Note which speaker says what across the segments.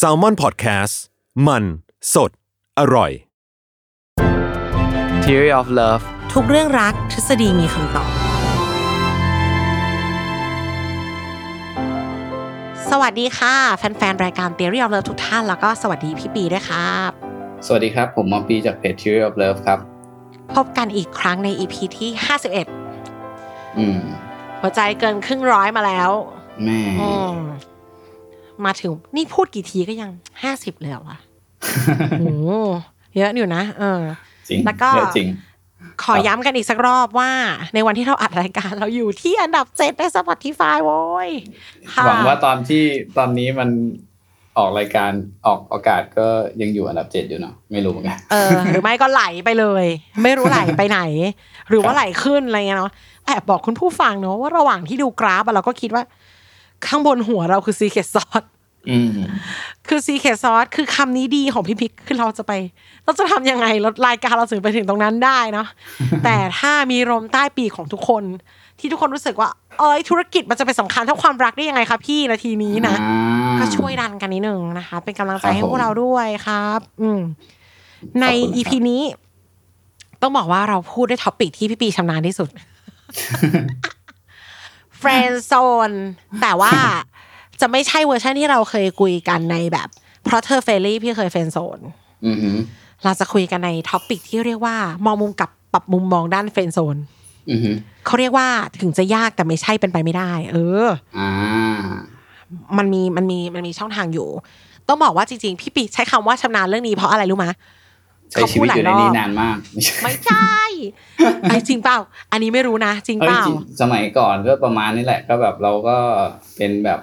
Speaker 1: s a l m o n PODCAST มันสดอร่อย
Speaker 2: Theory of Love
Speaker 3: ทุกเรื่องรักทฤษฎีมีคำตอบ สวัสดีค่ะ แฟนๆ รายการ Theory of Love ทุกท่าน แล้วก็สวัสดีพี่ปีด้วยครับ
Speaker 4: สวัสดีครับ ผมมอมปีจากเพจ Theory of Love ครับ
Speaker 3: พบกันอีกครั้งใน EP ที่ 51
Speaker 4: อืม
Speaker 3: หัวใจเกินครึ่งร้อยมาแล้ว
Speaker 4: แม่
Speaker 3: อืมมาถึงนี่พูดกี่ทีก็ยัง 50เลยเหรอวะ โอ้โหเยอะอยู่นะเออ
Speaker 4: จริง
Speaker 3: แล้วก็
Speaker 4: เยอะจริง
Speaker 3: ขอ
Speaker 4: ครับ
Speaker 3: ย้ำกันอีกสักรอบว่า ในวันที่เราอัดรายการเราอยู่ที่อันดับเจ็ดใน Spotify โว้ยค่ะ
Speaker 4: หวังว่าตอนที่ตอนนี้มันออกรายการออกอากาศก็ยังอยู่อันดับเจ็ดอยู่เนาะไม่รู้เหมือนกัน
Speaker 3: เออหรือไม่ก็ไหลไปเลย ไม่รู้ไหลไปไหน หรือว่าไหลขึ้นอะไรเงี้ยเนาะแอบบอกคุณผู้ฟังเนาะว่าระหว่างที่ดูกราฟอะเราก็คิดว่า ข้างบนหัวเราคือซีเคซอส
Speaker 4: อืม
Speaker 3: คือซีเคซอสคือคำนี้ดีของพี่พิกคือเราจะไป เราจะทำยังไงรถรายการเราถึงไปถึงตรงนั้นได้เนาะ แต่ถ้ามีลมใต้ปีกของทุกคน ที่ทุกคนรู้สึกว่า เอ้ยธุรกิจมันจะไปสำคัญเท่าความรักได้ยังไงคะพี่นาทีนี้นะ ก็ช่วยดันกันนิดนึงนะคะ เป็นกำลังใจ
Speaker 4: ครับ
Speaker 3: ให้พว
Speaker 4: ผ
Speaker 3: ก
Speaker 4: ม
Speaker 3: เราด้วยครับ อืม ใน
Speaker 4: ขอบคุณครับ
Speaker 3: อีพีนี้ ต้องบอกว่าเราพูดด้วยท็อปิกที่พี่ปีชำนาญที่สุด เฟรนด์โซน แต่ว่าจะไม่ใช่เวอร์ชันที่เราเคยคุยกันในแบบ เพราะเธอเฟรลี่พี่เคยเฟรนด์โซน
Speaker 4: อืมอืม
Speaker 3: เราจะคุยกันในท็อปิกที่เรียกว่ามองมุมกลับปรับมุมมองด้านเฟรนด์โซน
Speaker 4: อืม
Speaker 3: เขาเรียกว่าถึงจะยากแต่ไม่ใช่เป็นไปไม่ได้ เออ
Speaker 4: อ่า
Speaker 3: มันมีมันมีมันมีช่องทางอยู่ ต้องบอกว่าจริงๆ พี่ปีใช้คำว่าชำนาญเรื่องนี้เพราะอะไรรู้มะ
Speaker 4: ใช้ชีวิตอยู่ในนี้นานมากไม่ใช่
Speaker 3: ไม่ใช่ไอ้ยจริงเปล่า อันนี้ไม่รู้นะ จริง
Speaker 4: เอ้
Speaker 3: เป
Speaker 4: ย
Speaker 3: ล่า
Speaker 4: จริงสมัยก่อนก็ประมาณนี้แหละ ก็แบบเราก็เป็นแบบ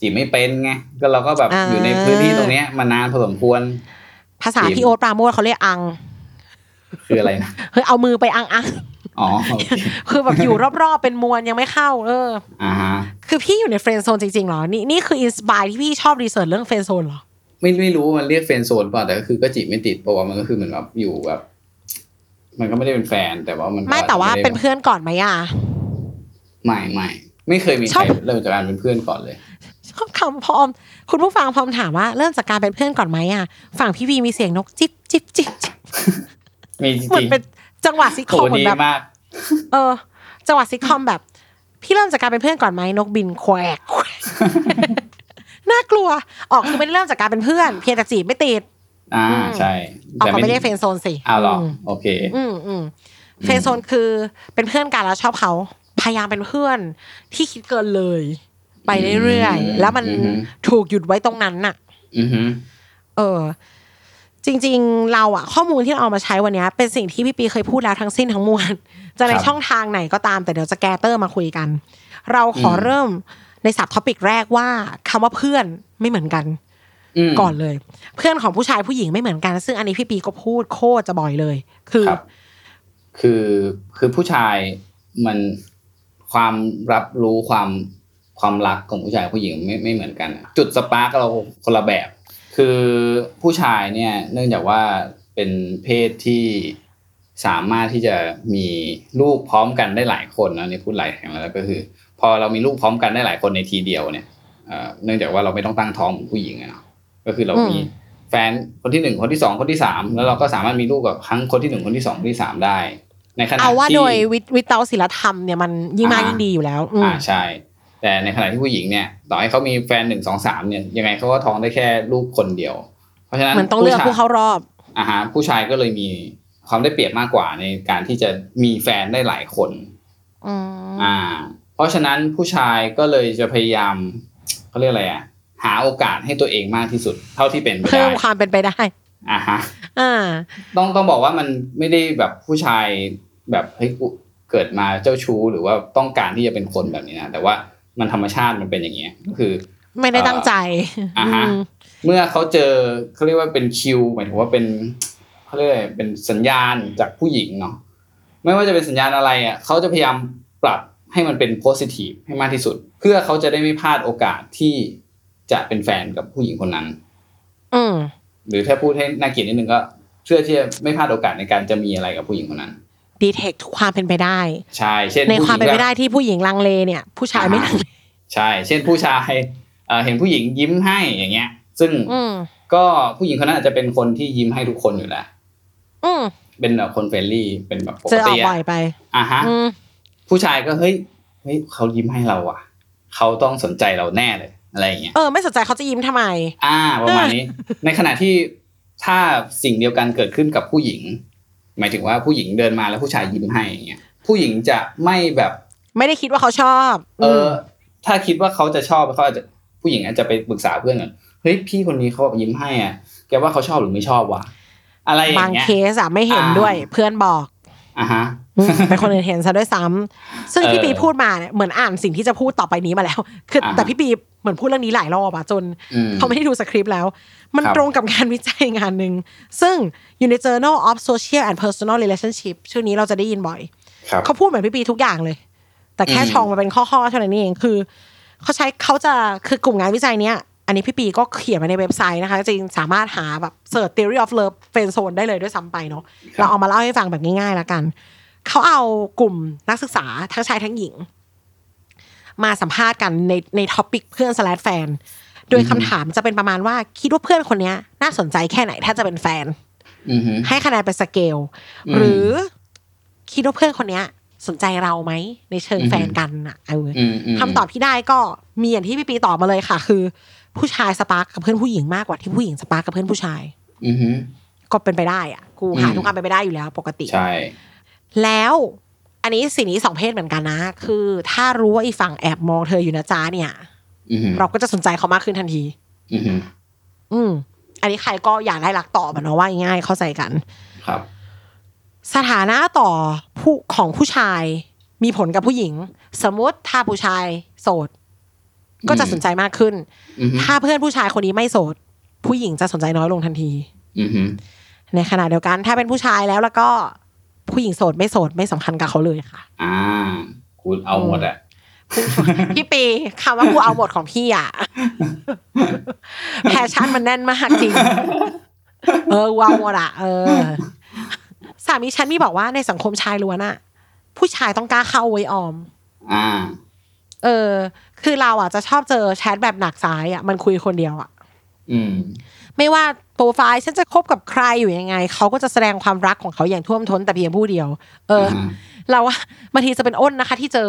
Speaker 4: จีบไม่เป็นไงก็เราก็แบบ
Speaker 3: อ่า
Speaker 4: อยู่ในพื้นที่ตรงเนี้ยมานานพอสมควร
Speaker 3: ภาษา
Speaker 4: จริง
Speaker 3: พี่โอ๊ตปราโมทเขาเรียกอัง
Speaker 4: คืออะไรนะ
Speaker 3: เฮ้ยเอามือไปอังอัง
Speaker 4: อ๋อโอเค
Speaker 3: คือแบบอยู่รอบๆเป็นมวลยังไม่เข้า เออ
Speaker 4: อ่าฮะ
Speaker 3: คือพี่อยู่ในเฟรนด์โซนจริงๆเหรอนี่นี่คืออินสปายที่พี่ชอบรีเสิร์ชเรื่องเฟรนด์โซนเหรอ
Speaker 4: ไม่ไม่รู้มันเรียกแฟนโซนเปล่ะแต่ก็คือก็จีบไม่ติดเพราะว่ามันก็คือเหมือนแบบอยู่แบบ มันก็ไม่ได้เป็นแฟนแต่ว่ามันก็
Speaker 3: ไม่แต่ว่า
Speaker 4: ด้
Speaker 3: เป็นเพื่อนก่อนไหมอ่ะ
Speaker 4: ไม่ไม่ไม่เคยมี
Speaker 3: ช
Speaker 4: ใค
Speaker 3: อ
Speaker 4: ร
Speaker 3: บ
Speaker 4: เริ่มจากการเป็นเพื่อนก่อนเลย
Speaker 3: ชอบคำพอม คุณผู้ฟังพอมถามว่าเริ่มจากการเป็นเพื่อนก่อนไหมอ่ะฝั่งพี่วีมีเสียงนกจิ๊บจิ๊บจิ๊บจิ๊บ
Speaker 4: มีจริง
Speaker 3: เหมือนเป็นจังหวะซิทค
Speaker 4: โห
Speaker 3: อมเหมือ
Speaker 4: ดี
Speaker 3: นแบบ
Speaker 4: มาก
Speaker 3: เออ จังหวะซิทคอมแบบ พี่เริ่มจากการเป็นเพื่อนก่อนไหมนกบินแควก แควกน่ากลัวออกคือไม่ได้เริ่มจากการเป็นเพื่อน เพียงแต่จีบไม่ติด
Speaker 4: อ่า
Speaker 3: อืม
Speaker 4: ใช่
Speaker 3: เอาเขาไม่ได้เฟรนด์โซนสิ
Speaker 4: อ้าวเหรอ
Speaker 3: ม
Speaker 4: โอเค
Speaker 3: อืมอืมเฟรนด์โซนคือเป็นเพื่อนกันแล้วชอบเขาพยายามเป็นเพื่อนที่คิดเกินเลย ไปเรื่อย
Speaker 4: อืม
Speaker 3: ๆแล้วมัน
Speaker 4: อือหือ
Speaker 3: ถูกหยุดไว้ตรงนั้นน่ะ
Speaker 4: อือฮึ
Speaker 3: เออ จริง ๆ เราอะข้อมูลที่เราเอามาใช้วันเนี้ย เป็นสิ่งที่พี่ปีเคยพูดแล้วทั้งสิ้นทั้งมวล จะในช่องทางไหนก็ตามแต่เดี๋ยวจะแกเตอร์มาคุยกัน เราขอเริ่มในสับท็อปิกแรกว่าคำว่าเพื่อนไม่เหมือนกัน
Speaker 4: ม
Speaker 3: ก่อนเลย เพื่อนของผู้ชายผู้หญิงไม่เหมือนกัน ซึ่งอันนี้พี่ปีก็พูดโคตรจะบ่อยเลย คือ
Speaker 4: ครับ คือคือผู้ชายมันความรับรู้ความความรักของผู้ชายกับผู้หญิงไม่ไม่เหมือนกันอะจุดสปาร์กเราคนละแบบ คือผู้ชายเนี่ยเนื่องจากว่าเป็นเพศที่สามารถที่จะมีลูกพร้อมกันได้หลายคนนะนี่พูดหลายแห่งแล้วก็คือ พอเรามีลูกพร้อมกันได้หลายคนในทีเดียวเนี่ยเอ่อเนื่องจากว่าเราไม่ต้องตั้งท้องเหมือนผู้หญิงอะเนาะก็คือเรา
Speaker 3: อืม
Speaker 4: มีแฟนคนที่หนึ่งคนที่สองคนที่สามแล้วเราก็สามารถมีลูกกับทั้งคนที่หนึ่งคนที่สองคนที่สามได้ ในขณะ
Speaker 3: เอาว่า
Speaker 4: ที่
Speaker 3: โดยวิวิตาศิลธรรมเนี่ยมันยิ่งมาก
Speaker 4: อ่ายิ่
Speaker 3: ยิ่งดีอยู่แล้ว อืม
Speaker 4: อ่าใช่ แต่ในขณะที่ผู้หญิงเนี่ย ต่อให้เขามีแฟนหนึ่งสองสามเนี่ยยังไงเขาก็ท้องได้แค่ลูกคนเดียว เพราะฉะนั้น
Speaker 3: มันต้องเลือก
Speaker 4: ชย
Speaker 3: ผู้เข้ารอบ
Speaker 4: อ่าฮะผู้ชายก็เลยมีความได้เปรียบมากกว่าในการที่จะมีแฟนได้หลายคน
Speaker 3: อืม
Speaker 4: อ่า เพราะฉะนั้นผู้ชายก็เลยจะพยายามเขาเรียกอะไรอ่ะหาโอกาสให้ตัวเองมากที่สุด เท่าที่เป็นไป
Speaker 3: เพิ่
Speaker 4: ได้
Speaker 3: มความเป็นไปได้
Speaker 4: อ่าฮะ
Speaker 3: อ่า
Speaker 4: ต้องต้องบอกว่ามันไม่ได้แบบผู้ชายแบบเฮ้ยกูเกิดมาเจ้าชู้หรือว่าต้องการที่จะเป็นคนแบบนี้นะแต่ว่ามันธรรมชาติมันเป็นอย่างเงี้ยก็คือ
Speaker 3: ไม่ได้ตั้งใจ
Speaker 4: อ่าฮะ
Speaker 3: อืม
Speaker 4: เมื่อเขาเจอเขาเรียกว่าเป็นคิวหมายถึงว่าเป็นเขาเรียกอะไรเป็นสัญญาณจากผู้หญิงเนาะไม่ว่าจะเป็นสัญญาณอะไรอ่ะเขาจะพยายามปรับให้มันเป็นโพสิทีฟให้มากที่สุด เพื่อเขาจะได้ไม่พลาดโอกาสที่จะเป็นแฟนกับผู้หญิงคนนั้น
Speaker 3: อืม
Speaker 4: หรือถ้าพูดให้น่าเกลียดนิดนึงก็เพื่อที่จะไม่พลาดโอกาสในการจะมีอะไรกับผู้หญิงคนนั้น
Speaker 3: ดีเทคทุกความเป็นไปได้
Speaker 4: ใช่เช่น
Speaker 3: ในความเป็นไป
Speaker 4: ผู้หญิง
Speaker 3: ได้
Speaker 4: ก็
Speaker 3: ที่ผู้หญิงลังเลเนี่ย ผู้ชายไม่ลังเล
Speaker 4: ใช่ เช่นผู้ชายเอ่อเห็นผู้หญิงยิ้มให้อย่างเงี้ย ซึ่ง
Speaker 3: อืม
Speaker 4: ก็ผู้หญิงคนนั้นอาจจะเป็นคนที่ยิ้มให้ทุกคนอยู่แล้ว
Speaker 3: อืม
Speaker 4: เป็นแบบคนเฟรนลี่ เป็นแบบป
Speaker 3: เจ
Speaker 4: ก
Speaker 3: อออ
Speaker 4: ติ
Speaker 3: กบ่
Speaker 4: อะ
Speaker 3: อยไป
Speaker 4: อ่ะฮะ
Speaker 3: อืม
Speaker 4: ผู้ชายก็เฮ้ย เฮ้ยเขายิ้มให้เราอ่ะ เขาต้องสนใจเราแน่เลยอะไรอย่างเงี้ย
Speaker 3: เออ ไม่สนใจเขาจะยิ้มทำไม
Speaker 4: อ่าประมาณ นี้ ในขณะที่ถ้าสิ่งเดียวกันเกิดขึ้นกับผู้หญิง หมายถึงว่าผู้หญิงเดินมาแล้วผู้ชายยิ้มให้อย่างเงี้ย ผู้หญิงจะไม่แบบ
Speaker 3: ไม่ได้คิดว่าเขาชอบ
Speaker 4: เอออถ้าคิดว่าเขาจะชอบเขาอาจจะผู้หญิงอาจจะไปปรึกษาเพื่อนก่อนเฮ้ยพี่คนนี้เขาแบบยิ้มให้อ่ะแกว่าเขาชอบหรือไม่ชอบวะอะไรอบ
Speaker 3: า
Speaker 4: ย่าง งเงี้ย
Speaker 3: เคสอะไม่เห็น
Speaker 4: อ่า
Speaker 3: ด้วย เพื่อนบอก
Speaker 4: อ่ะฮะ
Speaker 3: อื มเป็นคนอื่นเห็นซะด้วยซ้ำซึ่ง
Speaker 4: เออ
Speaker 3: ที่ปีพูดมาเนี่ยเหมือนอ่านสิ่งที่จะพูดต่อไปนี้มาแล้ว คืออา แต่พี่ปีเหมือนพูดเรื่องนี้หลายรอบอะจน
Speaker 4: อืม
Speaker 3: เขาไม่ได้ดูสคริปต์แล้ว มัน
Speaker 4: ครับ
Speaker 3: ตรงกับงานวิจัยงานหนึ่ง ซึ่งอยู่ใน Journal of Social and Personal Relationship ชื่อนี้เราจะได้ยินบ่อย
Speaker 4: ครับ
Speaker 3: เขาพูดเหมือนพี่ปีทุกอย่างเลย แต่แค่
Speaker 4: อืม
Speaker 3: ชองมาเป็นข้อๆเท่านั้นเองคือเขาใช้เขาจะคือกลุ่มงานวิจัยเนี้ย อันนี้พี่ปีก็เขียนมาในเว็บไซต์นะคะจริงสามารถหาแบบเสิร์ช theory of love friend zone ได้เลยด้วยซ้ำไปเนาะเราเอามาเล่าให้ฟังแบบง่ายๆละกัน เขาเอากลุ่มนักศึกษาทั้งชายทั้งหญิง มาสัมภาษณ์กันในในท็อปิกเพื่อนสลัดแฟน โดยคำถามจะเป็นประมาณว่าคิดว่าเพื่อนคนเนี้ย น่าสนใจแค่ไหนถ้าจะเป็นแฟน
Speaker 4: อือหือ
Speaker 3: ให้คะแนนเป็นสเกล
Speaker 4: อืม
Speaker 3: หรือคิดว่าเพื่อนคนเนี้ย สนใจเราไหม ในเชิง
Speaker 4: อืม
Speaker 3: แฟนกันน่ะเอออ
Speaker 4: อืมม
Speaker 3: คำตอบที่ได้ก็มีอย่างที่พี่ปีตอบมาเลยค่ะ คือ ผู้ชายสปาร์กกับเพื่อนผู้หญิงมากกว่าที่ผู้หญิงสปาร์กกับเพื่อนผู้ชาย
Speaker 4: อือหือ
Speaker 3: ก็เป็นไปได้อ่ะกูหา
Speaker 4: อืม
Speaker 3: ทุกอันเป็นไปได้อยู่แล้วปกติ
Speaker 4: ใช่
Speaker 3: แล้วอันนี้สิ่งนี้สองเพศเหมือนกันนะ คือ ถ้ารู้ว่าอีฝั่งแอบมองเธออยู่นะจ๊ะเนี่ย
Speaker 4: อือหือ
Speaker 3: เราก็จะสนใจเขามากขึ้นทันที
Speaker 4: อือหือ
Speaker 3: อืม อันนี้ใครก็อยากได้รักต่อมันเนาะว่าง่ายๆเข้าใจกัน
Speaker 4: ครับ
Speaker 3: สถานะต่อผู้ของผู้ชายมีผลกับผู้หญิง สมมติถ้าผู้ชายโสด ก็จะสนใจมากขึ้น
Speaker 4: อือหือ
Speaker 3: ถ้าเพื่อนผู้ชายคนนี้ไม่โสด ผู้หญิงจะสนใจน้อยลงทันที
Speaker 4: อือหือ
Speaker 3: ในขณะเดียวกัน ถ้าเป็นผู้ชายแล้วแล้วก็ผู้หญิงโสดไม่โสดไม่สำคัญกับเขาเลยค่ะ
Speaker 4: อ่ากูเอาหมดอ่ะ
Speaker 3: พี่ปีคำว่ากูเอาหมดของพี่อ่ะ แพชชั่นมันแน่นมากจริง เออกูเอาหมดอ่ะ เออ สามีฉันมีบอกว่าในสังคมชายล้วนอ่ะ ผู้ชายต้องกล้าเข้าไว้ยออม
Speaker 4: อ่า
Speaker 3: เออ คือเราอ่ะจะชอบเจอแชทแบบหนักซ้ายอ่ะมันคุยคนเดียวอ่ะ
Speaker 4: อืม
Speaker 3: ไม่ว่าโปรไฟล์ฉันจะคบกับใครอยู่ยังไง เขาก็จะแสดงความรักของเขาอย่างท่วมท้นแต่เพียงผู้เดียว เออ
Speaker 4: ม
Speaker 3: เราว่าบางทีจะเป็นอ้นนะคะ ที่เจอ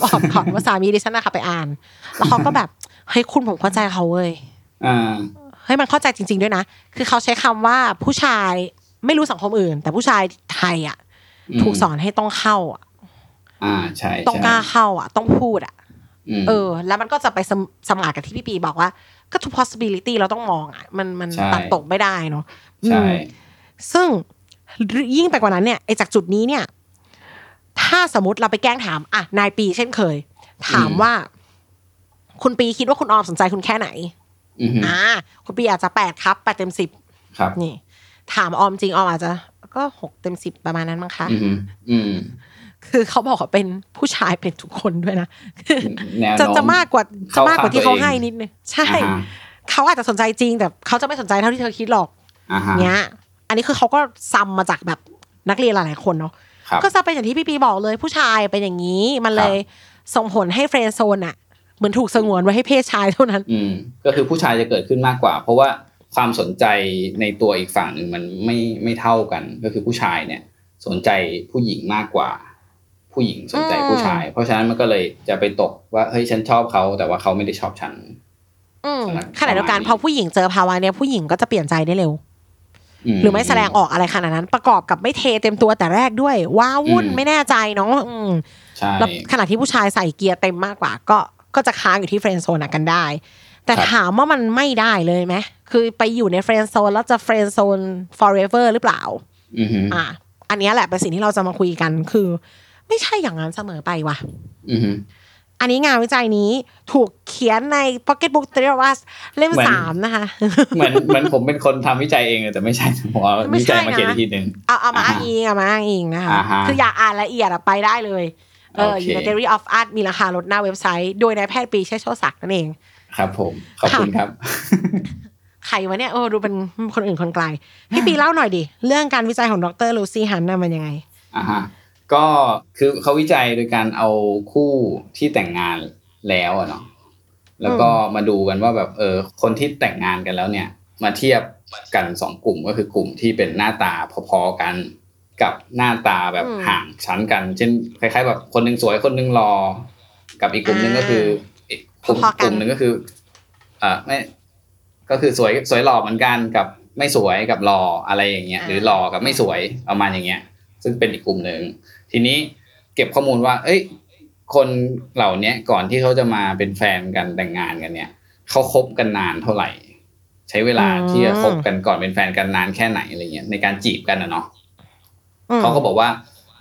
Speaker 3: บอกขอนว่าสามีดิฉันนะคะไปอ่าน แล้วเขาก็แบบ เฮ้ยคุณผมเข้าใจเขาเว้ย
Speaker 4: อ่า
Speaker 3: เฮ้ยมันเข้าใจจริง ๆ ด้วยนะ คือเขาใช้คำว่าผู้ชายไม่รู้สังคมอื่น แต่ผู้ชายไทยอ่ะ
Speaker 4: อืม
Speaker 3: ถูกสอนให้ต้องเข้าอ่ะ
Speaker 4: อ่าใช่ใช่
Speaker 3: ต้องกล้าเข้าอ่ะ ต้องพูดอ่ะ
Speaker 4: ม
Speaker 3: เออ แล้วมันก็จะไปสมสมานกับที่พี่ปีบอกว่า ก็ทุก possibility เราต้องมองอ่ะ มันมัน
Speaker 4: ใช่
Speaker 3: ตัดตกไม่ได้เนาะ
Speaker 4: ใช่
Speaker 3: อืมซึ่งยิ่งไปกว่านั้นเนี่ยไอ้จากจุดนี้เนี่ย ถ้าสมมติเราไปแกล้งถาม อ่ะ นายปีเช่นเคย ถาม
Speaker 4: อืม
Speaker 3: ว่า คุณปีคิดว่าคุณออมสนใจคุณแค่ไหน
Speaker 4: อือหือ
Speaker 3: อ่า คุณปีอาจจะแปดครับแปดเต็มสิบ
Speaker 4: ครับ
Speaker 3: นี่ ถามออมจริงออมอาจจะ ก็หกเต็มสิบประมาณนั้นมั้งคะ
Speaker 4: อืมอืม
Speaker 3: คือเขาบอกว่าเป็นผู้ชายเป็นทุกคนด้วยนะคือ
Speaker 4: แนว
Speaker 3: จะ
Speaker 4: โน้
Speaker 3: จะมากกว่าจะ
Speaker 4: เข้าม
Speaker 3: ากกว่าที่
Speaker 4: ข้า
Speaker 3: เขา
Speaker 4: งตัวเอง
Speaker 3: ให้นิดนึงใช่
Speaker 4: อ่าฮะ
Speaker 3: เขาอาจจะสนใจจริง แต่เขาจะไม่สนใจเท่าที่เธอคิดหรอก
Speaker 4: อ่าฮะ
Speaker 3: เนี้ย อันนี้คือเขาก็ซ้ำมาจากแบบนักเรียนหลายๆคนเนาะ
Speaker 4: ครับ
Speaker 3: ก็จะเป็นอย่างที่พี่ปีบอกเลยผู้ชายเป็นอย่างนี้ มันเลยส่งผลให้เฟรนด์โซนอะเหมือนถูกสงวนไว้ให้เพศชายเท่านั้น
Speaker 4: อืม ก็คือผู้ชายจะเกิดขึ้นมากกว่า เพราะว่าความสนใจในตัวอีกฝั่งหนึ่งมันไม่ไม่เท่ากัน ก็คือผู้ชายเนี่ย สนใจผู้หญิงมากกว่า ผู้หญิงสนใจผู้ชาย เพราะฉะนั้นมันก็เลยจะไปตกว่าเฮ้ยฉันชอบเขาแต่ว่าเขาไม่ได้ชอบฉัน
Speaker 3: อืม
Speaker 4: ครับ
Speaker 3: ขณะเดียวกันพอผู้หญิงเจอภาวะเนี้ยผู้หญิงก็จะเปลี่ยนใจได้เร็ว หรือไม่แสดงออกอะไรขนาดนั้น ประกอบกับไม่เทเต็มตัวแต่แรกด้วย ว้าวุ่น
Speaker 4: อืม
Speaker 3: ไม่แน่ใจเนาะอืม
Speaker 4: ใช่
Speaker 3: แล้วขณะที่ผู้ชายใส่เกียร์เต็มมากกว่า ก็ก็จะค้างอยู่ที่เฟรนด์โซนอะกันได้ แต่ถามว่ามันไม่ได้เลยไหมคือไปอยู่ในเฟรนด์โซนแล้วจะเฟรนด์โซน forever หรือเปล่า
Speaker 4: อือหือ
Speaker 3: อ่ะอันเนี้ยแหละเป็นสิ่งที่เราจะมาคุยกันคือ ไม่ใช่อย่างนั้นเสมอไปว่ะ
Speaker 4: อือหือ
Speaker 3: อันนี้งานวิจัยนี้ถูกเขียนใน Pocket Book t h e o r s เล่ม
Speaker 4: เหมือน
Speaker 3: สามนะคะ
Speaker 4: เหมือนเหมือนผมเป็นคนทำวิจัยเองเลยแต่ไม่ใช่ผมเอา
Speaker 3: ไม่
Speaker 4: วิ
Speaker 3: ใช่
Speaker 4: จัย
Speaker 3: นะ
Speaker 4: มาเขียนอีกทีหนึ่ง
Speaker 3: เอาเอามาอ้างอิงเอามาอ้างอิงนะคะ
Speaker 4: อ่าฮะ
Speaker 3: คืออยากอ่านละเอียดอะไปได้เลยเออ
Speaker 4: โอ
Speaker 3: อ
Speaker 4: เค
Speaker 3: ยู่ใน Diary of Art มีราคาลดหน้าเว็บไซต์ โดยนายแพทย์ปรีชาโชติศักดิ์นั่นเอง
Speaker 4: ครับ ผมขอบคุณครับ
Speaker 3: ใครวะเนี่ยโอ้ดูเป็นคนอื่นคนไกล พี่ปีเล่าหน่อยดิ เรื่องการวิจัยของดรลูซี่ฮันน่ะมันยังไง
Speaker 4: อ่าฮะก็คือเขาวิจัยโดยการเอาคู่ที่แต่งงานแล้วอะเนาะแล้วก็มาดูกันว่าแบบเออคนที่แต่งงานกันแล้วเนี่ย มาเทียบกันสองกลุ่มก็คือกลุ่มที่เป็นหน้าตาพอๆกันกับหน้าตาแบบ
Speaker 3: อืม
Speaker 4: ห่างชั้นกัน เช่นคล้ายๆ แบบคนหนึงสวยคนหนึงรอ กับอีกกลุ่มหนึงก็คืออีกกลุ่ม
Speaker 3: พอๆกัน
Speaker 4: กลุ่มหนึงก็คืออ่าไม่ ก็คือสวยสวยหล่อเหมือนกันกับไม่สวยกับหล่ออะไรอย่างเงี้ย
Speaker 3: อ่า
Speaker 4: หรือหล่อกับไม่สวยประมาณอย่างเงี้ย ซึ่งเป็นอีกกลุ่มหนึ่งทีนี้เก็บข้อมูลว่า เอ้ย คนเหล่าเนี้ยก่อนที่เขาจะมาเป็นแฟนกันแต่งงานกันเนี่ยเขาคบกันนานเท่าไหร่ ใช้เวลาที่จะคบกันก่อนเป็นแฟนกันนานแค่ไหนอะไรเงี้ยในการจีบกันนะเนาะ
Speaker 3: อืม
Speaker 4: เขาก็บอกว่า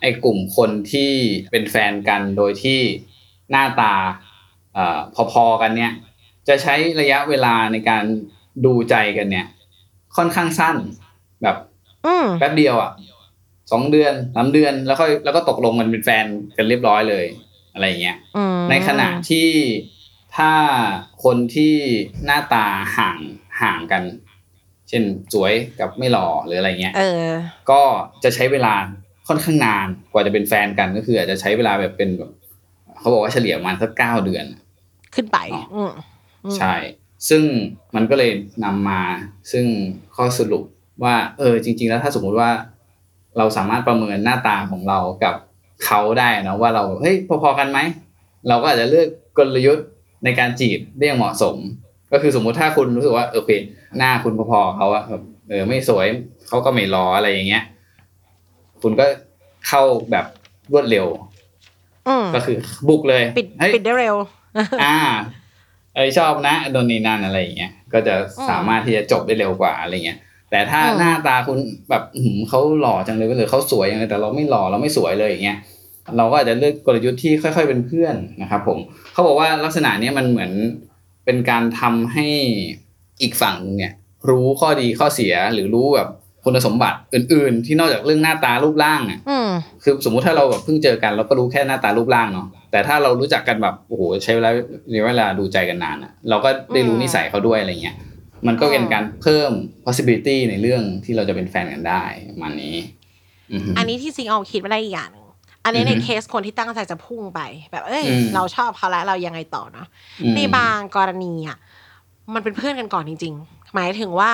Speaker 4: ไอ้กลุ่มคนที่เป็นแฟนกันโดยที่หน้าตาเอ่อพอๆกันเนี่ย จะใช้ระยะเวลาในการดูใจกันเนี่ย ค่อนข้างสั้นแบบ
Speaker 3: อืม
Speaker 4: แป๊บเดียวอ่ะสองเดือนสามเดือนแล้วค่อยแล้วก็ตกลงกันเป็นแฟนกันเรียบร้อยเลยอะไรอย่างเงี้ย
Speaker 3: อืม
Speaker 4: ในขณะที่ถ้าคนที่หน้าตาห่างห่างกัน เช่นสวยกับไม่หล่อหรืออะไรเงี้ย
Speaker 3: เออ
Speaker 4: ก็จะใช้เวลาค่อนข้างนานกว่าจะเป็นแฟนกันก็คือ อาจจะใช้เวลาแบบเป็นแบบเขาบอกว่าเฉลี่ยประมาณสักเก้าเดือน
Speaker 3: ขึ้นไป
Speaker 4: อ๋ออื
Speaker 3: มอืม
Speaker 4: ใช่ ซึ่งมันก็เลยนำมาซึ่งข้อสรุปว่าเออจริง ๆ แล้วถ้าสมมุติว่า เราสามารถประเมินหน้าตาของเรากับเขาได้นะว่าเราเฮ้ยพอๆกันไหม เราก็อาจจะเลือกกลยุทธ์ในการจีบได้อย่างเหมาะสม ก็คือสมมุติถ้าคุณรู้สึกว่าโอเค หน้าคุณพอๆเขาอะแบบเออไม่สวยเขาก็ไม่รออะไรอย่างเงี้ย คุณก็เข้าแบบรวดเร็ว
Speaker 3: อืม
Speaker 4: ก็คือบุกเลย
Speaker 3: ปิด
Speaker 4: เฮ้ย
Speaker 3: ปิดได้เร็ว
Speaker 4: อ่าเอยชอบนะโดนนี่นั่นอะไรอย่างเงี้ยก็จะสามารถที่จะจบได้เร็วกว่าอะไรเงี้ย แต่ถ้า
Speaker 3: อืม
Speaker 4: หน้าตาคุณแบบอื้อหือเขาหล่อจังเลยหรือเขาสวยจังเลยแต่เราไม่หล่อเราไม่สวยเลยอย่างเงี้ยเราก็อาจจะเลือกกลยุทธ์ที่ค่อย ๆ เป็นเพื่อนนะครับ ผมเขาบอกว่าลักษณะเนี้ยมันเหมือนเป็นการทำให้อีกฝั่งเนี่ยรู้ข้อดีข้อเสียหรือรู้แบบคุณสมบัติอื่น ๆ ที่นอกจากเรื่องหน้าตารูปร่างอ่ะ
Speaker 3: อืม
Speaker 4: คือสมมุติถ้าเราแบบเพิ่งเจอกันเราก็รู้แค่หน้าตารูปร่างเนาะแต่ถ้าเรารู้จักกันแบบโอ้โหใช้เวลาเวลาดูใจกันนานอะเราก็ได้รู้
Speaker 3: อืม
Speaker 4: นิสัยเขาด้วยอะไรเงี้ยมันก็เป็น
Speaker 3: อืม
Speaker 4: การเพิ่ม possibility ในเรื่องที่เราจะเป็นแฟนกันได้ประมาณนี้อือฮึ
Speaker 3: อันนี้ที่จริงเอาคิดไม่ได้อีกอย่างหนึ่งอันนี้ใน
Speaker 4: อือฮึ
Speaker 3: เคสคนที่ตั้งใจจะพุ่งไป แบบเอ้ย
Speaker 4: อืม
Speaker 3: เราชอบเขาแล้วเรายังไงต่อเนาะ
Speaker 4: อืม
Speaker 3: ในบางกรณีอ่ะมันเป็นเพื่อนกันก่อนจริง ๆ หมายถึงว่า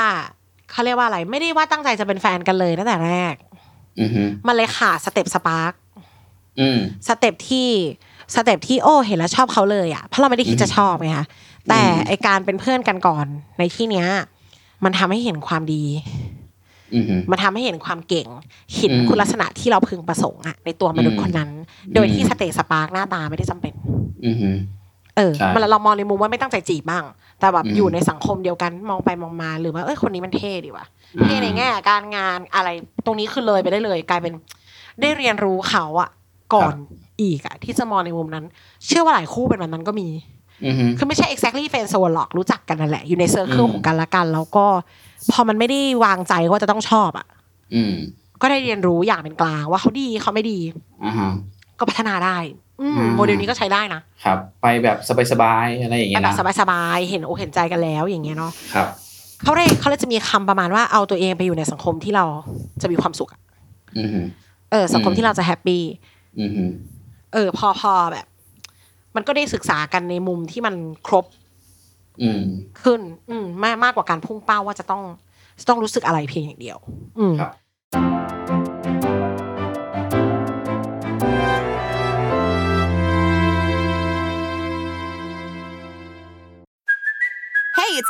Speaker 3: เขาเรียกว่าอะไร ไม่ได้ว่าตั้งใจจะเป็นแฟนกันเลยตั้งแต่แรก
Speaker 4: อือฮึ
Speaker 3: มันเลยขาดสเต็ปสปาร์ก
Speaker 4: อืม
Speaker 3: สเต็ปที่สเต็ปที่โอ้เห็นแล้วชอบเขาเลยอ่ะเพราะเราไม่ได้คิดจะชอบไงคะแต่
Speaker 4: อืม
Speaker 3: ไอการเป็นเพื่อนกันก่อนในที่เนี้ย มันทำให้เห็นความดี
Speaker 4: อือฮึ
Speaker 3: มันทำให้เห็นความเก่งเห็น
Speaker 4: อืม
Speaker 3: คุณลักษณะที่เราพึงประสงค์อะในตัวมนุษย์
Speaker 4: อืม
Speaker 3: คนนั้น โดยที่
Speaker 4: อืม
Speaker 3: สเตตสปาร์กหน้าตาไม่ได้จำเป็น
Speaker 4: อือฮึ
Speaker 3: เออ
Speaker 4: ใช่
Speaker 3: มันเรามองในมุมว่าไม่ตั้งใจจีบบ้าง แต่แบบ
Speaker 4: อืม
Speaker 3: อยู่ในสังคมเดียวกันมองไปมองมาหรือว่าเอ้ยคนนี้มันเท่ดีว่ะ
Speaker 4: อ่า
Speaker 3: เท่ในแง่การงานอะไร ตรงนี้คือเลยไปได้เลย กลายเป็นได้เรียนรู้เขาอะก่อนอีกอะที่จะมองในมุมนั้น เชื่อว่าหลายคู่เป็นแบบนั้นก็มี
Speaker 4: อือฮึ
Speaker 3: คือไม่ใช่ exactly friend zone หรอกรู้จักกันนั่นแหละ อยู่ในเซอร์เคิล
Speaker 4: อืม
Speaker 3: ของกันและกัน แล้วก็พอมันไม่ได้วางใจว่าจะต้องชอบอะ
Speaker 4: อืม
Speaker 3: ก็ได้เรียนรู้อย่างเป็นกลางว่าเขาดีเขาไม่ดี
Speaker 4: อ่าฮะ
Speaker 3: ก็พัฒนาได้ อืม
Speaker 4: อ่า
Speaker 3: โมเดลนี้ก็ใช้ได้นะครับ
Speaker 4: ไปแบบสบายๆอะไรอย่าง
Speaker 3: ไป
Speaker 4: เงี้ย
Speaker 3: แบ
Speaker 4: นะ
Speaker 3: บสบายๆเห็นอกเห็นใจกันแล้วอย่างเงี้ยเนาะ
Speaker 4: ครับ
Speaker 3: เขาเลยเขาเลยจะมีคำประมาณว่าเอาตัวเองไปอยู่ในสังคมที่เราจะมีความสุขอะ
Speaker 4: อือฮึ
Speaker 3: เออสังคม
Speaker 4: อืม
Speaker 3: ที่เราจะแฮปปี้
Speaker 4: อือฮึ
Speaker 3: เออพอพอแบบ มันก็ได้ศึกษากันในมุมที่มันครบ
Speaker 4: อืม
Speaker 3: ขึ้น อืมมากมากกว่าการพุ่งเป้าว่าจะต้องจะต้องรู้สึกอะไรเพียงอย่างเดียว อืม
Speaker 4: ครับ
Speaker 5: Hey, it's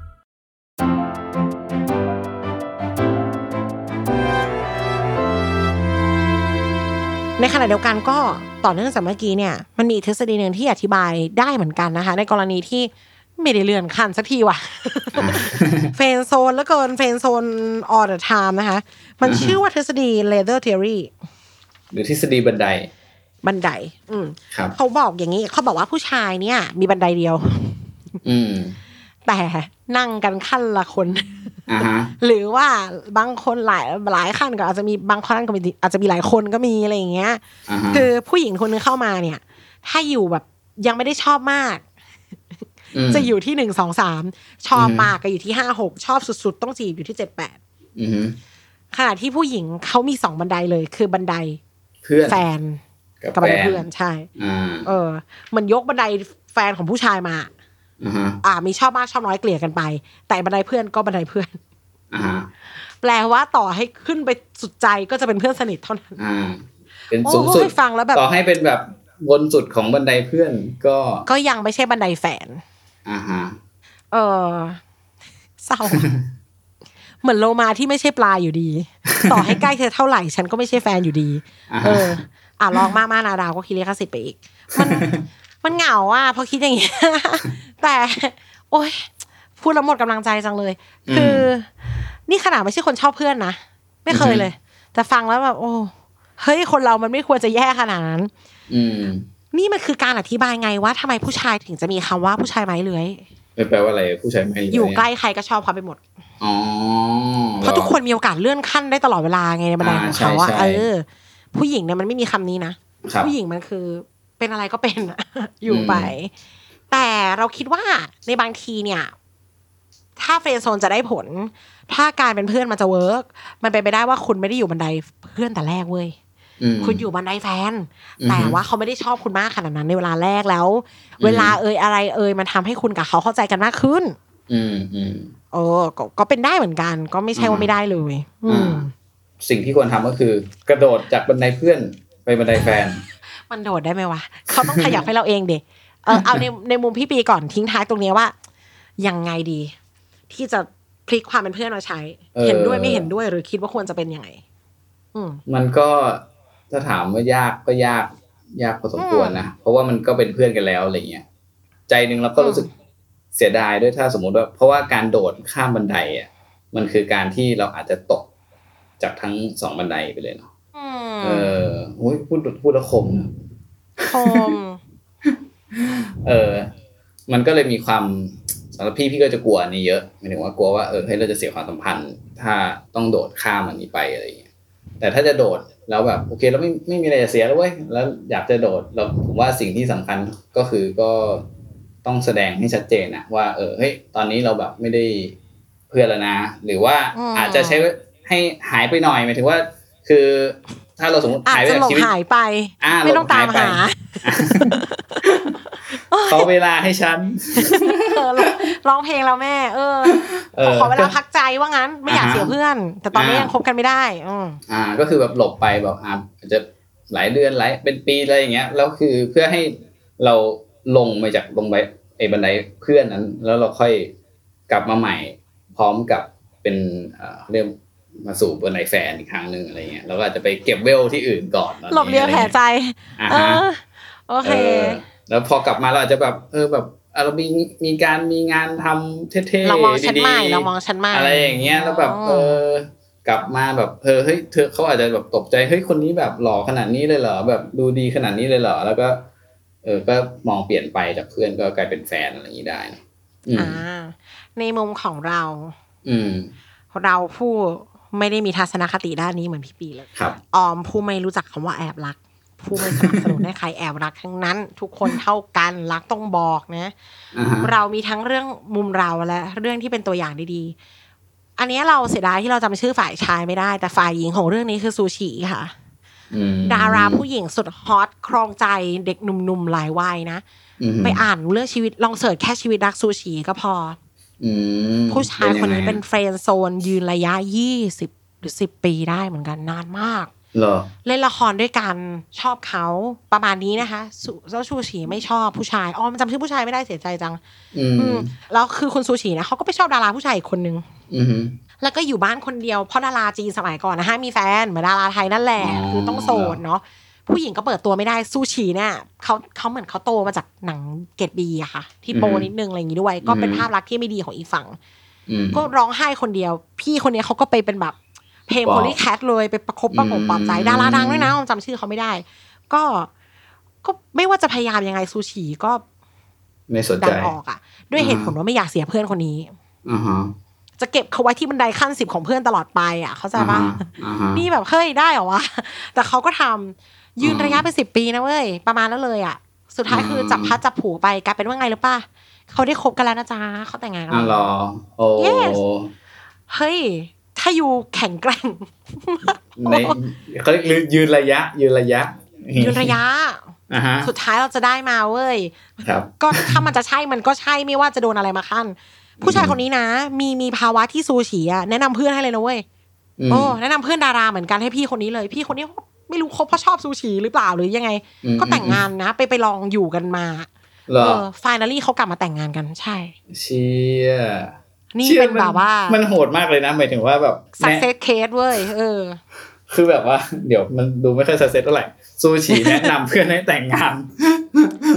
Speaker 3: ๆ ในขณะเดียวกันก็ต่อเนื่องจากเมื่อกี้เนี่ยมันมีอีกทฤษฎีหนึ่งที่อธิบายได้เหมือนกันนะคะ ในกรณีที่ไม่ได้เลื่อนขั้นสักทีว่ะ เฟรนด์โซนแล้วเกินเฟรนด์โซนออเดอร์ไทม์นะคะ มันชื่อว่าทฤษฎี leather theory
Speaker 4: หรือทฤษฎีบันได
Speaker 3: บันได อืม
Speaker 4: ครับ
Speaker 3: เขาบอกอย่างนี้เขาบอกว่าผู้ชายเนี่ย มีบันไดเดียว
Speaker 4: อืม
Speaker 3: แต่นั่งกันขั้นละคน
Speaker 4: อ่าฮะ
Speaker 3: หรือว่าบางคนหลายหลายขั้นก็อาจจะมีบางขั้นก็มีอาจจะมีหลายคนก็มีอะไรอย่างเงี้ย
Speaker 4: อ่าฮะ
Speaker 3: คือผู้หญิงคนนึงเข้ามาเนี่ย ถ้าอยู่แบบยังไม่ได้ชอบมาก
Speaker 4: ม
Speaker 3: จะอยู่ที่หนึ่งสองสามชอบ
Speaker 4: อืม
Speaker 3: มากก็อยู่ที่ห้าหกชอบสุด ๆ ต้องจีบอยู่ที่เจ็ดแปด
Speaker 4: อือฮึ
Speaker 3: ขณะที่ผู้หญิงเขามีสองบันไดเลยคือบันได
Speaker 4: เพื่อน
Speaker 3: แฟน
Speaker 4: กับ
Speaker 3: กับ
Speaker 4: แฟ
Speaker 3: บันได
Speaker 4: น
Speaker 3: เพื่อนใช่
Speaker 4: อ่า
Speaker 3: เออเหมันยกบันไดแฟนของผู้ชายมา
Speaker 4: อ่าฮะ
Speaker 3: อ่ามีชอบมากชอบน้อยเกลี่ยกันไป แต่บันไดเพื่อนก็บันไดเพื่อน
Speaker 4: อ่าฮะ
Speaker 3: แปลว่าต่อให้ขึ้นไปสุดใจก็จะเป็นเพื่อนสนิทเท่านั้น
Speaker 4: อ่า เป็น
Speaker 3: โอ้
Speaker 4: สูงสุด
Speaker 3: ให้ฟังแล้วแบบ
Speaker 4: ต่อให้เป็นแบบบนสุดของบันไดเพื่อนก็
Speaker 3: ก็ยังไม่ใช่บันไดแฟน
Speaker 4: อ่าฮะ
Speaker 3: เออเศร้าอะ เหมือนโลมาที่ไม่ใช่ปลาอยู่ดี ต่อให้ใกล้เธอเท่าไหร่ ฉันก็ไม่ใช่แฟนอยู่ดี
Speaker 4: อ่าฮะ
Speaker 3: เออ อ่ะลองมากมานาดาวก็คิดเลขสิทธิ์ไปอีก มัน มันเหงาอ่ะพอคิดอย่างนี้ แต่ โอ๊ยพูดแล้วหมดกำลังใจจังเลย คือ นี่ขนาดไม่ใช่คนชอบเพื่อนนะ ไม่เคยเลย แต่ฟังแล้วแบบโอ้เฮ้ยคนเรามันไม่ควรจะแย่ขนาดนั้น
Speaker 4: อืม
Speaker 3: นี่มันคือการอธิบายไงว่าทำไมผู้ชายถึงจะมีคำว่าผู้ชายไม้เลื้อย
Speaker 4: เป็นแปลว่าอะไรผู้ชายไม่เล
Speaker 3: อยู่ใกล้ใครก็ชอบเขาไปหมด
Speaker 4: อ๋อ
Speaker 3: เพราะทุกคนมีโอกาสเลื่อนขั้นได้ตลอดเวลาไงในบันไดของเขาอะ
Speaker 4: อ่าใช่ใช่
Speaker 3: เออ ผู้หญิงเนี่ยมันไม่มีคำนี้นะ
Speaker 4: ครับ
Speaker 3: ผู้หญิงมันคือเป็นอะไรก็เป็นอะ อยู่
Speaker 4: อืม
Speaker 3: ไป แต่เราคิดว่าในบางทีเนี่ย ถ้าเฟรนด์โซนจะได้ผล ถ้าการเป็นเพื่อนมันจะเวิร์กมันเป็นไปได้ว่าคุณไม่ได้อยู่บันไดเพื่อนแต่แรกเว้ย
Speaker 4: ม
Speaker 3: คุณอยู่บันไดแฟน
Speaker 4: อือฮึ
Speaker 3: แต่ว่าเขาไม่ได้ชอบคุณมากขนาดนั้นในเวลาแรกแล้ว เวลาเอ่ยอะไรเอ่ยมันทำให้คุณกับเขาเข้าใจกันมากขึ้น
Speaker 4: อืมอืม
Speaker 3: เออก็ก็เป็นได้เหมือนกัน ก็ไม่ใช่ว่าไม่ได้เลย อืม
Speaker 4: อ่า สิ่งที่ควรทำก็คือกระโดดจากบันไดเพื่อนไปบันไดแฟน
Speaker 3: มันโดดได้ไหมวะ เขาต้องขยับให้เราเองเดเอ อเอาในในมุมพี่ปีก่อนทิ้งท้ายตรงเนี้ยว่า ยังไงดี ที่จะพลิกความเป็นเพื่อนมาใช้
Speaker 4: เออ
Speaker 3: เห็นด้วยไม่เห็นด้วยหรือคิดว่าควรจะเป็นยังไง อืม
Speaker 4: มันก็ถ้าถามว่ายากก็ยากยากพอสมควรนะ เพราะว่ามันก็เป็นเพื่อนกันแล้วอะไรเงี้ยใจหนึ่งเราก็รู้สึกเสียดายด้วยถ้าสมมติว่า เพราะว่าการโดดข้ามบันไดอ่ะมันคือการที่เราอาจจะตกจากทั้งสองบันไดไปเลยเนาะ
Speaker 3: อื
Speaker 4: เอ
Speaker 3: ม
Speaker 4: อโอ้ยพูดพูดและคมนะ
Speaker 3: คม
Speaker 4: เออ มันก็เลยมีความสำหรับพี่พี่ก็จะกลัวอันนี้เยอะหมายถึงว่ากลัวว่าเออเฮ้ยเราจะเสียความสัมพันธ์ ถ้าต้องโดดข้ามอันนี้ไปอะไรอย่างเงี้ยแต่ถ้าจะโดดแล้วแบบโอเคเราไม่ไม่มีอะไรจะเสียแล้วเว้ยแล้วอยากจะโดดเราผมว่าสิ่งที่สำคัญก็คือก็ต้องแสดงให้ชัดเจนนะว่าเออเฮ้ยตอนนี้เราแบบไม่ได้เพื่อนแล้วนะ หรือว่า
Speaker 3: อืม
Speaker 4: อาจจะใช้ให้หายไปหน่อยหมายถึงว่า คือถ้าเราสมมติ
Speaker 3: อาจ
Speaker 4: หายไป
Speaker 3: จะ
Speaker 4: จาก
Speaker 3: หลง
Speaker 4: ชีวิต
Speaker 3: หายไป
Speaker 4: อ่า
Speaker 3: ไม่ต้องตาม
Speaker 4: หลง
Speaker 3: หา
Speaker 4: หายไป เขาเวลาให้ฉัน
Speaker 3: เออร้องร้องเพลงแล้วแม่ เออ
Speaker 4: เออ
Speaker 3: ขอเวลา
Speaker 4: ก็
Speaker 3: พักใจว่างั้น ไม่อยากเสียเพื่อน แต่ตอนนี้ยังคบกันไม่ได้ อืม
Speaker 4: อ่าก็คือแบบหลบไปแบบอ่าอาจจะหลายเดือนหลายเป็นปีอะไรอย่างเงี้ยแล้วคือเพื่อให้เราลงมาจากลงไปไอ้บันไดเพื่อนนั้น แล้วเราค่อยกลับมาใหม่ พร้อมกับเป็นเอ่อเขาเรียกมาสู่บันไดแฟนอีกครั้งหนึ่งอะไรเงี้ยเราก็อาจจะไปเก็บเวลที่อื่นก่อนตอนนี้
Speaker 3: หลบเลียวแผลใจ
Speaker 4: อ่า
Speaker 3: เอ
Speaker 4: ฮะ
Speaker 3: อ โอเค
Speaker 4: เออแล้วพอกลับมาเราอาจจะแบบเออแบบอ่ะเรามีมีการมีงานทำเท่ๆ
Speaker 3: เรามองชั้น
Speaker 4: ดีๆ
Speaker 3: ใหม่เรามองชั้นใหม่
Speaker 4: อะไรอย่างเงี้ยแล้วแบบเออกลับมาแบบเออเฮ้ยเธอเขาอาจจะแบบตกใจเฮ้ยคนนี้แบบหล่อขนาดนี้เลยเหรอแบบดูดีขนาดนี้เลยเหรอแล้วก็ เออก็มองเปลี่ยนไปจากเพื่อนก็กลายเป็นแฟนอะไรอย่างนี้ได้นะอืม
Speaker 3: อ่า ในมุมของเรา
Speaker 4: อืม
Speaker 3: เราผู้ไม่ได้มีทัศนคติด้านนี้เหมือนพี่ปีเลย
Speaker 4: ครับ
Speaker 3: ออมผู้ไม่รู้จักคำว่าแอบรัก ผู้ไม่สนับสนุนให้ใครแอบรักทั้งนั้น ทุกคนเท่ากันรักต้องบอกนะ
Speaker 4: อ่าฮะ
Speaker 3: เรามีทั้งเรื่องมุมเราและเรื่องที่เป็นตัวอย่างดีๆ อันเนี้ยเราเสียดายที่เราจำชื่อฝ่ายชายไม่ได้ แต่ฝ่ายหญิงของเรื่องนี้คือซูชิค่ะ
Speaker 4: อืม
Speaker 3: ดาราผู้หญิงสุดฮอตครองใจเด็กหนุ่มๆหลายวัยนะ
Speaker 4: อืม
Speaker 3: ไปอ่านเรื่องชีวิตลองเสิร์ชแค่ชีวิตรักซูชิก็พอ
Speaker 4: อืม
Speaker 3: ผู้ชายคนนี้
Speaker 4: ไง
Speaker 3: เป็นเฟรนด์โซนยืนระยะยี่สิบหรือสิบปีได้เหมือนกันนานมาก
Speaker 4: เหรอ
Speaker 3: เล่นละครด้วยกันชอบเขาประมาณนี้นะคะสุเจ้าชูฉีไม่ชอบผู้ชายอ๋อมันจำชื่อผู้ชายไม่ได้เสียใจจัง
Speaker 4: อืม
Speaker 3: อืมแล้วคือคุณซูชีนะเขาก็ไปชอบดาราผู้ชายอีกคนนึง
Speaker 4: อืม
Speaker 3: แล้วก็อยู่บ้านคนเดียวเพราะดาราจีนสมัยก่อนนะฮะมีแฟนเหมือนดาราไทยนั่นแหละ
Speaker 4: อ๋อ
Speaker 3: คือต้องโสดเนาะผู้หญิงก็เปิดตัวไม่ได้ซูชีเนี่ยเขาเขาเหมือนเขาโตมาจากหนังเกรดบีอะค่ะ ที่โปนิดนึงอะไรอย่างงี้ด้วย ก็เป็นภาพลักษณ์ที่ไม่ดีของอีกฝั่ง
Speaker 4: อืม
Speaker 3: ก็ร้องไห้คนเดียว พี่คนเนี้ยเขาก็ไปเป็นแบบเพลง
Speaker 4: ปลอบ
Speaker 3: โพลีแคทเลยไปประคบประหงมปลอบใจ
Speaker 4: อืม
Speaker 3: ดาราดังด้วยนะผมจำชื่อเขาไม่ได้ ก็ก็ไม่ว่าจะพยายามยังไงซูชีก็
Speaker 4: ไม่สน
Speaker 3: ดั
Speaker 4: ใจ
Speaker 3: นออกอะด้วยเหตุผลว่าไม่อยากเสียเพื่อนคนนี้
Speaker 4: อ่าฮะ
Speaker 3: จะเก็บเขาไว้ที่บันไดขั้นสิบของเพื่อนตลอดไปอ่ะ เข้าใจปะ
Speaker 4: อ่าฮะอ่าฮะ
Speaker 3: นี่แบบเฮ้ยได้เหรอวะ แต่เขาก็ทำยืน
Speaker 4: อ่า
Speaker 3: ระยะเป็นสิบปีนะเว้ย ประมาณนั้นเลยอ่ะ สุดท้ายคืออ
Speaker 4: ม
Speaker 3: จับพัดจับผูไปกลายเป็นว่าไงหรือป่ะเขาได้คบกันแล้วนะจ๊ะเขาแต่งงานกั
Speaker 4: อ่ะ
Speaker 3: น
Speaker 4: เหร
Speaker 3: แล้ว
Speaker 4: อโอ้
Speaker 3: Yes เฮ้ย ถ้าอยู่แข็งแกร่ง
Speaker 4: ในเขาเรียกยืนระยะ ยืนระยะ
Speaker 3: ยืนระยะ
Speaker 4: อ่าฮะ
Speaker 3: สุดท้ายเราจะได้มาเว้ย
Speaker 4: ครับ
Speaker 3: ก็ถ้ามันจะใช่มันก็ใช่ไม่ว่าจะโดนอะไรมาขั้น ผู้ชายคนนี้นะ มีมีภาวะที่ซูฉีอ่ะแนะนำเพื่อนให้เลยนะเว้ย
Speaker 4: ม
Speaker 3: โอ้แนะนำเพื่อนดาราเหมือนกันให้พี่คนนี้เลย พี่คนนี้ไม่รู้คบเพราะชอบซูชิหรือเปล่าหรือยังไง
Speaker 4: อืม
Speaker 3: ก็แต่งงานนะ ไปไปลองอยู่กันมา
Speaker 4: เหรอ
Speaker 3: เออฟ i n a l ี่เขากลับมาแต่งงานกันใช่
Speaker 4: เชีย
Speaker 3: นี่
Speaker 4: ชี่ย
Speaker 3: เป็น
Speaker 4: มั
Speaker 3: แบบว่าน
Speaker 4: นโหดมากเลยนะหมายถึงว่าแบบ
Speaker 3: success case เว้ยเออ
Speaker 4: คือแบบว่า เดี๋ยวมันดูไม่ค่อยสักเซสเท่าไหร่ซู ชิแนะนำเพื่อนให้แต่งงาน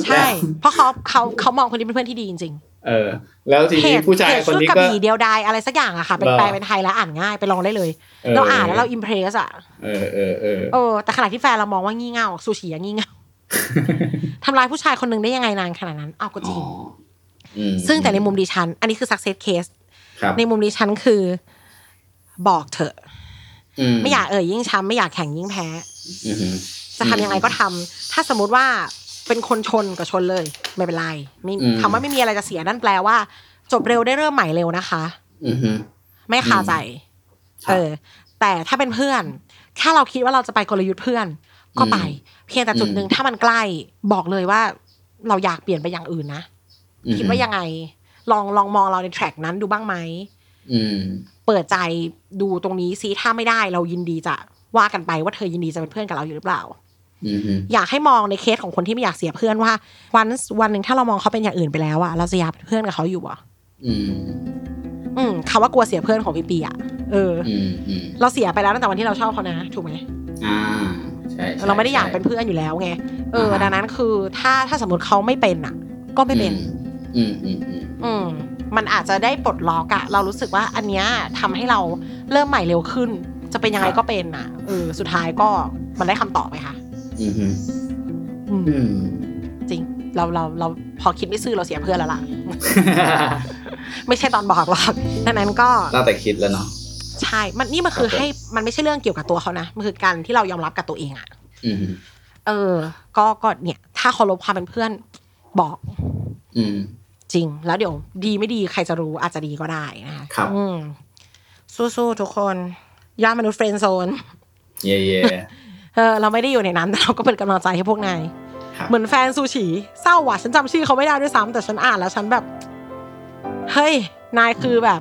Speaker 3: ใช่ เพราะเขาเขาเขามองคนนี้เป็นเพื่อนที่ดีจริง
Speaker 4: เออ แล้วที
Speaker 3: ๆเพ
Speaker 4: นี้
Speaker 3: จ
Speaker 4: ผู้ชาย
Speaker 3: เพจ
Speaker 4: คน
Speaker 3: ชื่อ
Speaker 4: นี้
Speaker 3: กระ
Speaker 4: ก็
Speaker 3: บี่เดียวดายอะไรสักอย่างอะค่ะ เป็น
Speaker 4: เหรอ
Speaker 3: แปลเป็นไทยแล้วอ่านง่ายไปลองได้เลย
Speaker 4: ออ
Speaker 3: เราอ่านแล้วเราอิมเพรสอะ
Speaker 4: เออเออเออ
Speaker 3: เออแต่ขณะที่แฟนเรามองว่างี่เง่าซูชิอะงี่เง่าทำลายผู้ชายคนหนึ่งได้ยังไงนานขนาดนั้นเอาก็จริง
Speaker 4: อืม
Speaker 3: ซึ่งแต่ในมุมดิฉัน อันนี้คือ success case
Speaker 4: ครับ
Speaker 3: ในมุมดิฉันคือ บอกเถอะ ไม่อยากเอ่ยยิ่งช้ำไม่อยากแข่งยิ่งแพ้
Speaker 4: อืมอืม
Speaker 3: จะทำยังไงก็ทำถ้าสมมติว่าเป็นคนชนก็ชนเลย ไม่เป็นไรไม่
Speaker 4: อืม
Speaker 3: คำว่าไม่มีอะไรจะเสียนั่นแปลว่า จบเร็วได้เริ่มใหม่เร็วนะคะ
Speaker 4: อืมอืม
Speaker 3: ไม่คาใจ
Speaker 4: ครับ
Speaker 3: เออ แต่ถ้าเป็นเพื่อน ถ้าเราคิดว่าเราจะไปกลยุทธ์เพื่อน ก็ไป เพียงแต่จุดหนึ่ง
Speaker 4: อืม
Speaker 3: ถ้ามันใกล้ บอกเลยว่า เราอยากเปลี่ยนไปอย่างอื่นนะ
Speaker 4: อืม
Speaker 3: คิดว่ายังไง ลองลองมองเราในแทร็กนั้นดูบ้างไหม
Speaker 4: อืม
Speaker 3: เปิดใจดูตรงนี้ซิถ้าไม่ได้เรายินดีจะว่ากันไปว่าเธอยินดีจะเป็นเพื่อนกับเราอยู่หรือเปล่า
Speaker 4: อืมอืม
Speaker 3: อยากให้มองในเคสของคนที่ไม่อยากเสียเพื่อนว่า วันวันหนึ่งถ้าเรามองเขาเป็นอย่างอื่นไปแล้วอะเราจะอยากเป็นเพื่อนกับเขาอยู่อะ
Speaker 4: อืม
Speaker 3: อืมคำว่ากลัวเสียเพื่อนของพี่ปีอะเอออ
Speaker 4: อืมอืม
Speaker 3: เราเสียไปแล้วตั้งแต่วันที่เราชอบเขานะถูกไหม
Speaker 4: อ่าใช่ใช่
Speaker 3: เราไม่ได้อยาก
Speaker 4: ใช่
Speaker 3: เป็นเพื่อนอยู่แล้วไงเออ
Speaker 4: อ่าฮะ
Speaker 3: ดังนั้นคือถ้าถ้าสมมติเขาไม่เป็นอะก็ไม่เป็น
Speaker 4: อืมอืมอืม
Speaker 3: อืมมันอาจจะได้ปลดล็อกอะเรารู้สึกว่าอันเนี้ยทำให้เราเริ่มใหม่เร็วขึ้น จะเป็นยังไงก็เป็นอะเออสุดท้ายก็มันได้คำตอบไหมคะ
Speaker 4: อืมอืม
Speaker 3: อืม
Speaker 4: อืม
Speaker 3: จริง เราเราเราพอคิดไม่ซื่อเราเสียเพื่อน แล้วล่ะ ไม่ใช่ตอนบอกหรอกดังนั้นก็
Speaker 4: ตั้งแต่คิดแล้วเนาะ
Speaker 3: ใช่มันนี่มันคือ
Speaker 4: ครับผม
Speaker 3: ให้มันไม่ใช่เรื่องเกี่ยวกับตัวเขานะมันคือการที่เรายอมรับกับตัวเองอะ
Speaker 4: อืม
Speaker 3: เออ ก็ก็เนี่ย ถ้าเคารพความเป็นเพื่อนบอก
Speaker 4: อืม
Speaker 3: จริง แล้วเดี๋ยวดีไม่ดีใครจะรู้อาจจะดีก็ได้นะคะ
Speaker 4: ครับ
Speaker 3: อืมสู้ๆทุกคนยอดมนุษย์เฟรนด์โซน
Speaker 4: เย่เย่
Speaker 3: เออเราไม่ได้อยู่ในนั้นแต่เราก็เป็นกำลังใจให้พวกนาย
Speaker 4: ครับ
Speaker 3: เหมือนแฟนซูชิเศร้าว่ะฉันจำชื่อเขาไม่ได้ด้วยซ้ำแต่ฉันอ่านแล้วฉันแบบ เฮ้ย นายคือแบบ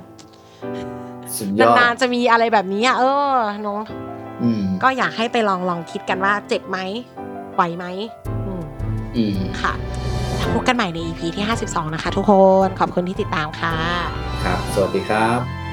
Speaker 4: สุดยอด
Speaker 3: นานๆจะมีอะไรแบบนี้อ่ะเออเนอะ
Speaker 4: อืม
Speaker 3: ก็อยากให้ไปลองลองคิดกันว่าเจ็บไหมไหวไหมอืม
Speaker 4: อืม
Speaker 3: ค่ะแล้วพบกันใหม่ใน EP ที่ 52 นะคะทุกคน ขอบคุณที่ติดตามค่ะ
Speaker 4: ครับ สวัสดีครับ